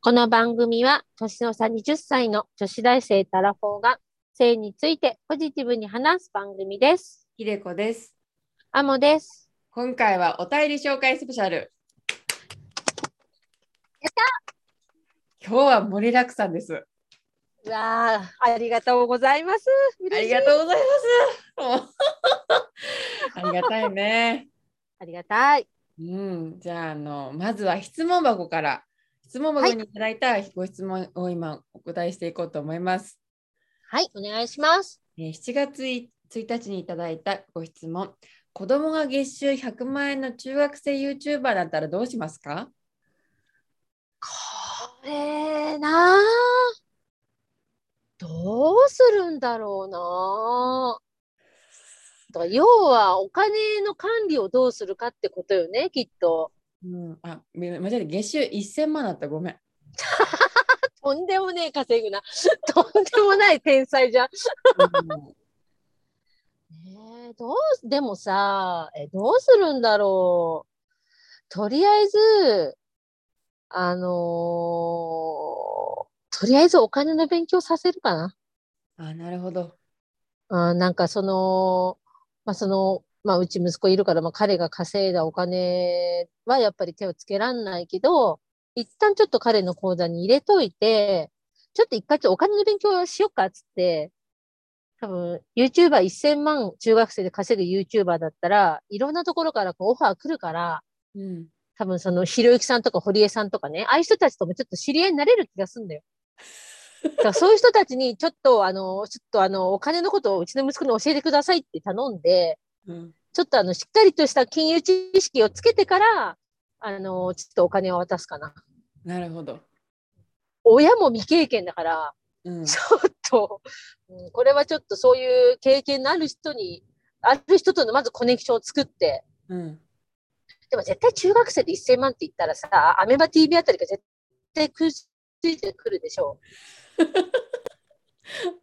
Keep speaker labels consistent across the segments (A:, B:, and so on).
A: この番組は年の差20歳の女子大生たらフォーが性についてポジティブに話す番組です。
B: ひでこです。
A: アモです。
B: 今回はお便り紹介スペシャル。やった今日は盛りだくさんです。
A: わあ、ありがとうございます。
B: あり
A: あ
B: がとうございます。もうありがたいね。
A: りがたい。
B: うん、じゃああのまずは質問箱から質問箱にいただいたご質問を今お答えしていこうと思います。
A: はい、お願いします。
B: えー7月1日にいただいたご質問。子供が月収100万円の中学生 YouTuber だったらどうしますか
A: これなあどうするんだろうなだから要はお金の管理をどうするかってことよねきっと
B: うん、あ、め間違えた。月収1000万だった。ごめん。
A: とんでもねえ稼ぐなとんでもない天才じゃん、ねえどうでもさえどうするんだろうとりあえずあのーとりあえずお金の勉強させるかな
B: あ、なるほど。
A: うん、なんかその、まあ、その、まあ、うち息子いるから、まあ、彼が稼いだお金はやっぱり手をつけらんないけど、一旦ちょっと彼の口座に入れといて、ちょっと一回ちょっとお金の勉強をしよっかっつって、多分 YouTuber1000 万中学生で稼ぐ YouTuber だったら、いろんなところからこうオファー来るから、
B: うん。
A: 多分そのひろゆきさんとか堀江さんとかね、ああいう人たちともちょっと知り合いになれる気がすん だよ。だからそういう人たちにちょっとあの、ちょっとあの、お金のことをうちの息子に教えてくださいって頼んで、
B: うん、
A: ちょっとあの、しっかりとした金融知識をつけてから、あの、ちょっとお金を渡すかな。
B: なるほど。
A: 親も未経験だから、
B: うん。
A: ちょっと、うんこれはちょっとそういう経験のある人に、ある人とのまずコネクションを作って、
B: うん。
A: でも絶対中学生で1000万って言ったらさ、アメバ TV あたりが絶対食いついてくるでしょ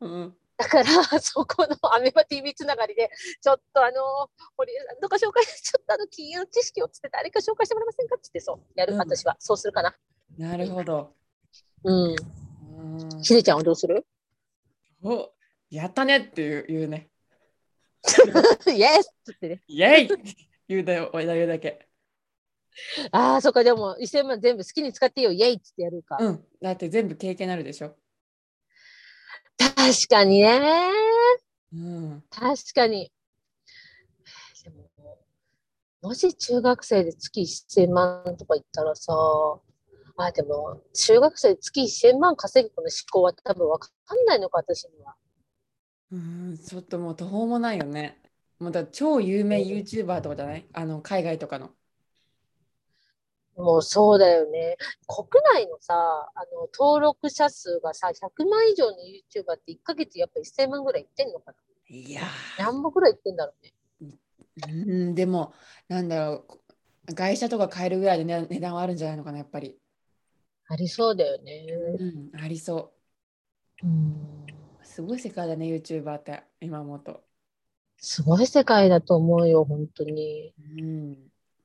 A: う。
B: うん。
A: だから、 そこのアメバ TV つながりで、ちょっとあの、堀江さんとか紹介、ちょっとあの、金融知識をつけて誰か紹介してもらえませんかって言ってそう、やる、
B: うん
A: 私は。そうするかな。
B: なるほど。
A: うん。
B: うん、
A: ひでちゃんはどうす る
B: おやったねっていう言うね。
A: イエスってってね。
B: イェイ言うだよ、おいだよだけ。
A: ああ、そっか、でも1000万全部好きに使っていいよ、イエイっつってやるか。
B: うん。だって全部経験あるでしょ。
A: 確かにね。
B: うん。
A: 確かに。 でも、もし中学生で月1000万とか言ったらさ、あ、でも、中学生で月1000万稼ぐ子の思考は多分わかんないのか、私には。
B: うん、ちょっともう途方もないよね。もうだ超有名 YouTuber とかじゃないあの、海外とかの。
A: もうそうだよね。国内のさ、あの、登録者数がさ、100万以上の YouTuber って1ヶ月やっぱ1000万ぐらいいってんのか
B: いやー
A: な何本ぐらいいってんだろうね。
B: うん、でも、なんだろうこ、外車とか買えるぐらいの値値段はあるんじゃないのかな、やっぱり。
A: ありそうだよね。
B: うん、ありそ
A: うん
B: う。すごい世界だね、YouTuber って、今思うと。
A: すごい世界だと思うよ、本当に。
B: うん。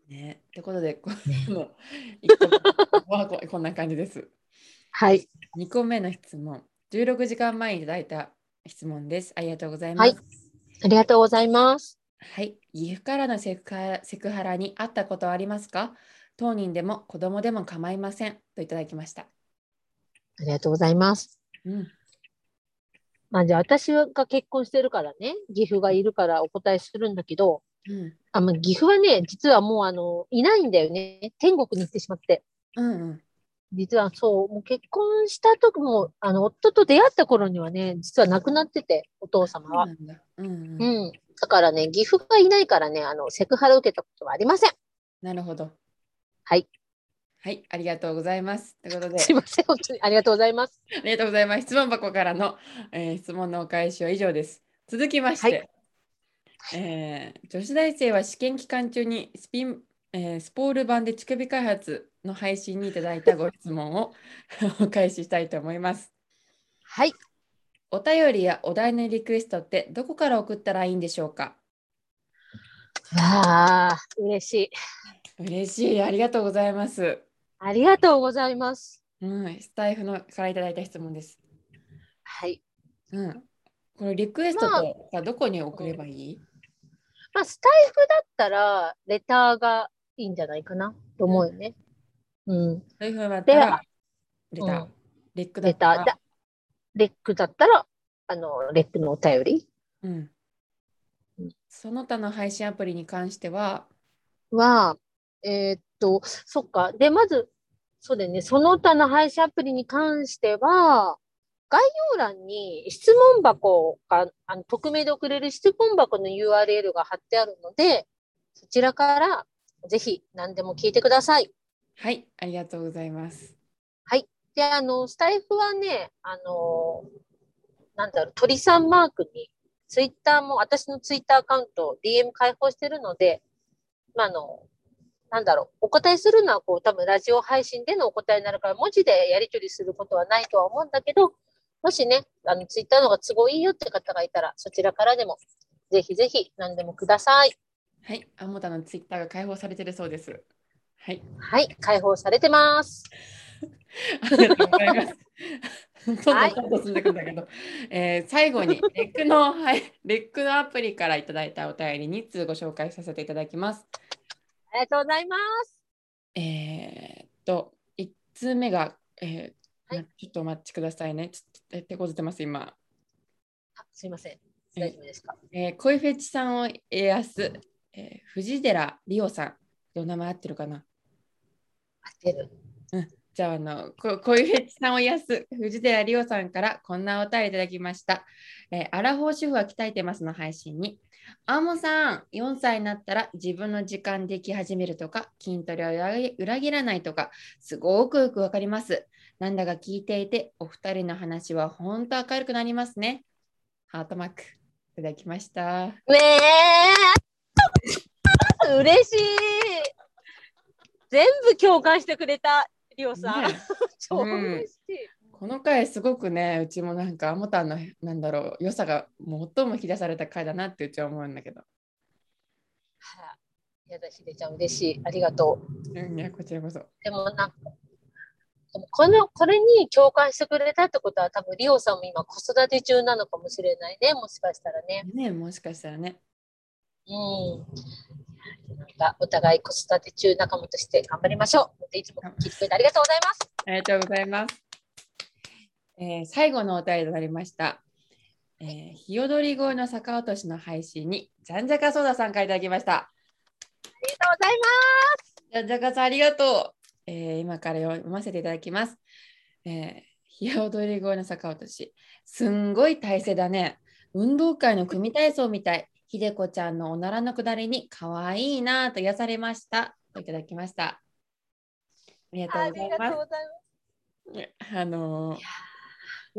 B: ね。ってことで、こ
A: ね
B: の1個目 はここんな感じです。
A: はい。
B: 2個目の質問。16時間前にいただいた質問です。ありがとうございます。
A: はいありがとうございます。
B: はい、岐阜からのセクハラセクハラにあったことはありますか当人でも子供でも構いませんといただきました。
A: ありがとうございます。
B: うん、
A: まあ、じゃあ私が結婚してるからね、岐阜がいるからお答えするんだけど、
B: うん、
A: あまあ、岐阜はね、実はもうあのいないんだよね。天国に行ってしまって。
B: うん、うん。
A: 実はそう、もう結婚した時も、あの夫と出会った頃にはね、実は亡くなってて、お父様
B: そう
A: は。
B: なんだ。うん、
A: う
B: うん。
A: ん。だからね、岐阜がいないからね、あのセクハラ受けたことはありません。
B: なるほど。
A: はい。
B: はい、ありがとうございます。ということで、
A: すいません、本当にありがとうございます。
B: ありがとうございます。質問箱からの、えー質問のお返しは以上です。続きまして、
A: はい
B: えー女子大生は試験期間中にスピン、えースポール版で乳首開発の配信にいただいたご質問を お返ししたいと思います。
A: はい。
B: お便りやお題のリクエストってどこから送ったらいいんでしょうか
A: わあ、嬉しい。
B: 嬉しい。ありがとうございます。
A: ありがとうございます。
B: うん、スタイフのからいただいた質問です。
A: はい。
B: うん、このリクエスト
A: まあ
B: とさどこに送ればいい、
A: まあ、スタイフだったら、レターがいいんじゃないかなと思うよね。うん。
B: スタイフだったらレ
A: で
B: タ
A: は
B: ー
A: うん、
B: レックだ
A: レ
B: っ
A: タ
B: た
A: ー
B: ら
A: だ。レックだったら、あの、レックのお便り
B: うん
A: うん、
B: その他の配信アプリに関しては、
A: は、えーっと、そっか。で、まず、そうだよね。その他の配信アプリに関しては、概要欄に質問箱が、あの匿名で送れる質問箱の URL が貼ってあるので、そちらからぜひ何でも聞いてください。
B: はい、ありがとうございます。
A: で、あの、スタイフはね、あの、なんだろう、鳥さんマークに、ツイッターも、私のツイッターアカウント、DM 開放してるので、まあ、あの、なんだろう、お答えするのは、こう、多分ラジオ配信でのお答えになるから、文字でやり取りすることはないとは思うんだけど、もしね、あの、ツイッターの方が都合いいよって方がいたら、そちらからでも、ぜひぜひ何でもください。
B: はい、あもたのツイッターが開放されてるそうです。はい、
A: はい、開放されてます。
B: ありがとうございます。どんどんどんどん進んでいくんだけど、えー最後にレックの、はい、レックのアプリからいただいたお便り2通ご紹介させていただきます。
A: ありがとうございます。
B: えーっと、1通目が、えー
A: はい
B: なちょっとお待ちくださいね。ちょっとえ手こずってます、今。
A: あすいません。大丈夫ですか
B: えー、恋フェチさんを家康、えー、藤寺理央さん。お名前合ってるかな
A: 合ってる。
B: じゃあ、あの、こ恋フェチさんを癒す藤寺理央さんからこんなお便りいただきました。えーアラフォー主婦は鍛えてますの配信に。アンモさん、4歳になったら自分の時間でき始めるとか、筋トレを裏切裏切らないとか、すごくよくわかります。なんだか聞いていて、お二人の話は本当明るくなりますね。ハートマークいただきました。
A: ねえ 嬉しい全部共感してくれた、リオさん。
B: ね
A: 超嬉しい。
B: この回すごくねうちもなんかあもたんのなんだろう良さが最も引き出された回だなってうちは思うんだけど、
A: はいやだ、ひでちゃん嬉しい。ありがとう。
B: うん、いやこちらこそ
A: でもなんか、でもこの、これに共感してくれたってことは、多分リオさんも今子育て中なのかもしれないね、もしかしたらね。
B: ねもしかしたらね
A: うん。なんか、お互い子育て中仲間として頑張りましょう。本当いつも聞いてくれてありがとうございます。
B: ありがとうございます、えー最後のお便りとなりました、えー、日踊り越えの坂落としの配信にじゃんじゃかそうださんからいただきました
A: ありがとうございます。
B: じゃんじゃかさんありがとう、えー今から読ませていただきます、えー、日踊り越えの坂落としすんごい体勢だね。運動会の組体操みたい。ひでこちゃんのおならのくだりに可愛いなぁと癒されました。といただきました。ありが
A: あ
B: とうござ
A: りが
B: いま
A: とう
B: す。
A: ございます。
B: あのー、ヨ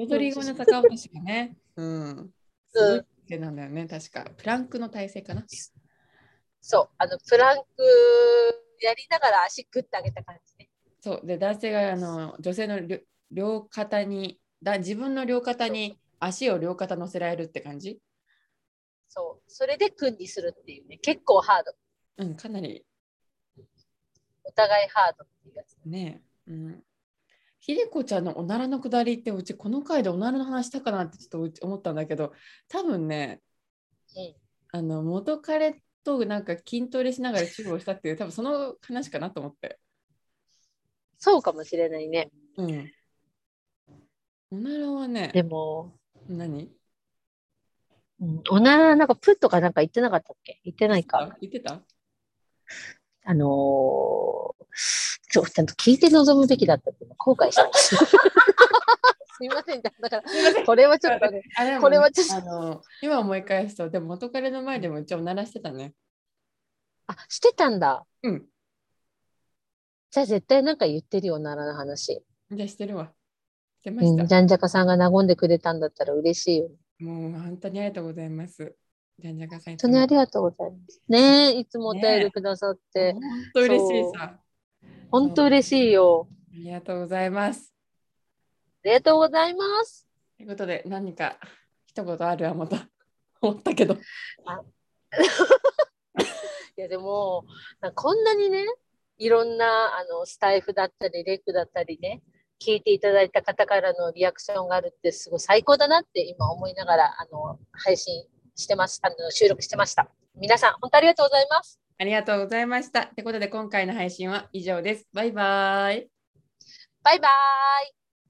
A: や
B: ドリゴの高橋がね、うん。すごい体勢なんだよね、確か。プランクの体勢かな。
A: そう、あの、プランクやりながら足グッて上げた感じね。
B: そう。で、男性があの女性の両両肩にだ、自分の両肩に足を両肩乗せられるって感じ。
A: そう、それで組にするっていうね、結構ハード。
B: うん、かなり
A: お互いハードっていうやつ。
B: ねえ、うん。ひでこちゃんのおならのくだりってうちこの回でおならの話したかなってちょっとうち思ったんだけど多分ね
A: うん。
B: あの元彼となんか筋トレしながら主婦をしたっていう多分その話かなと思って。
A: そうかもしれないね。
B: うん。おならはね
A: でも、
B: 何
A: うん、おならなんかプッとかなんか言ってなかったっけ言ってないか。
B: 言ってた
A: あのー、ちょ、ちゃんと聞いて臨むべきだったっていうの後悔した。 すいません、だから、これはちょっとね、
B: あでもね
A: これはちょっと
B: あの今思い返すとでも元彼の前でも一応おならしてたね。
A: あ、してたんだ。
B: うん。
A: じゃあ絶対なんか言ってるよ、おならの話。
B: じゃあしてるわ。してま
A: う
B: し
A: ん、
B: た。
A: じゃんじゃかさんが和んでくれたんだったら嬉しいよね。
B: もう本当にありがとうございます。じゃんじゃかさんい
A: 本当にありがとうございます。ねえ、いつもお
B: ね
A: 便
B: え
A: りくださって、
B: 本当嬉しいさ。
A: 本当嬉しいよ。
B: ありがとうございます。
A: ありがとうございます。
B: ということで、何か一言あるはまた思ったけど。
A: いや、でも、なんかこんなにね、いろんなあのスタイフだったり、レックだったりね、聞いていただいた方からのリアクションがあるってすごい最高だなって今思いながらあの配信してますあの収録してました皆さん本当ありがとうございます
B: ありがとうございました。ってことで今回の配信は以上です。バイバイ。
A: バイバーイ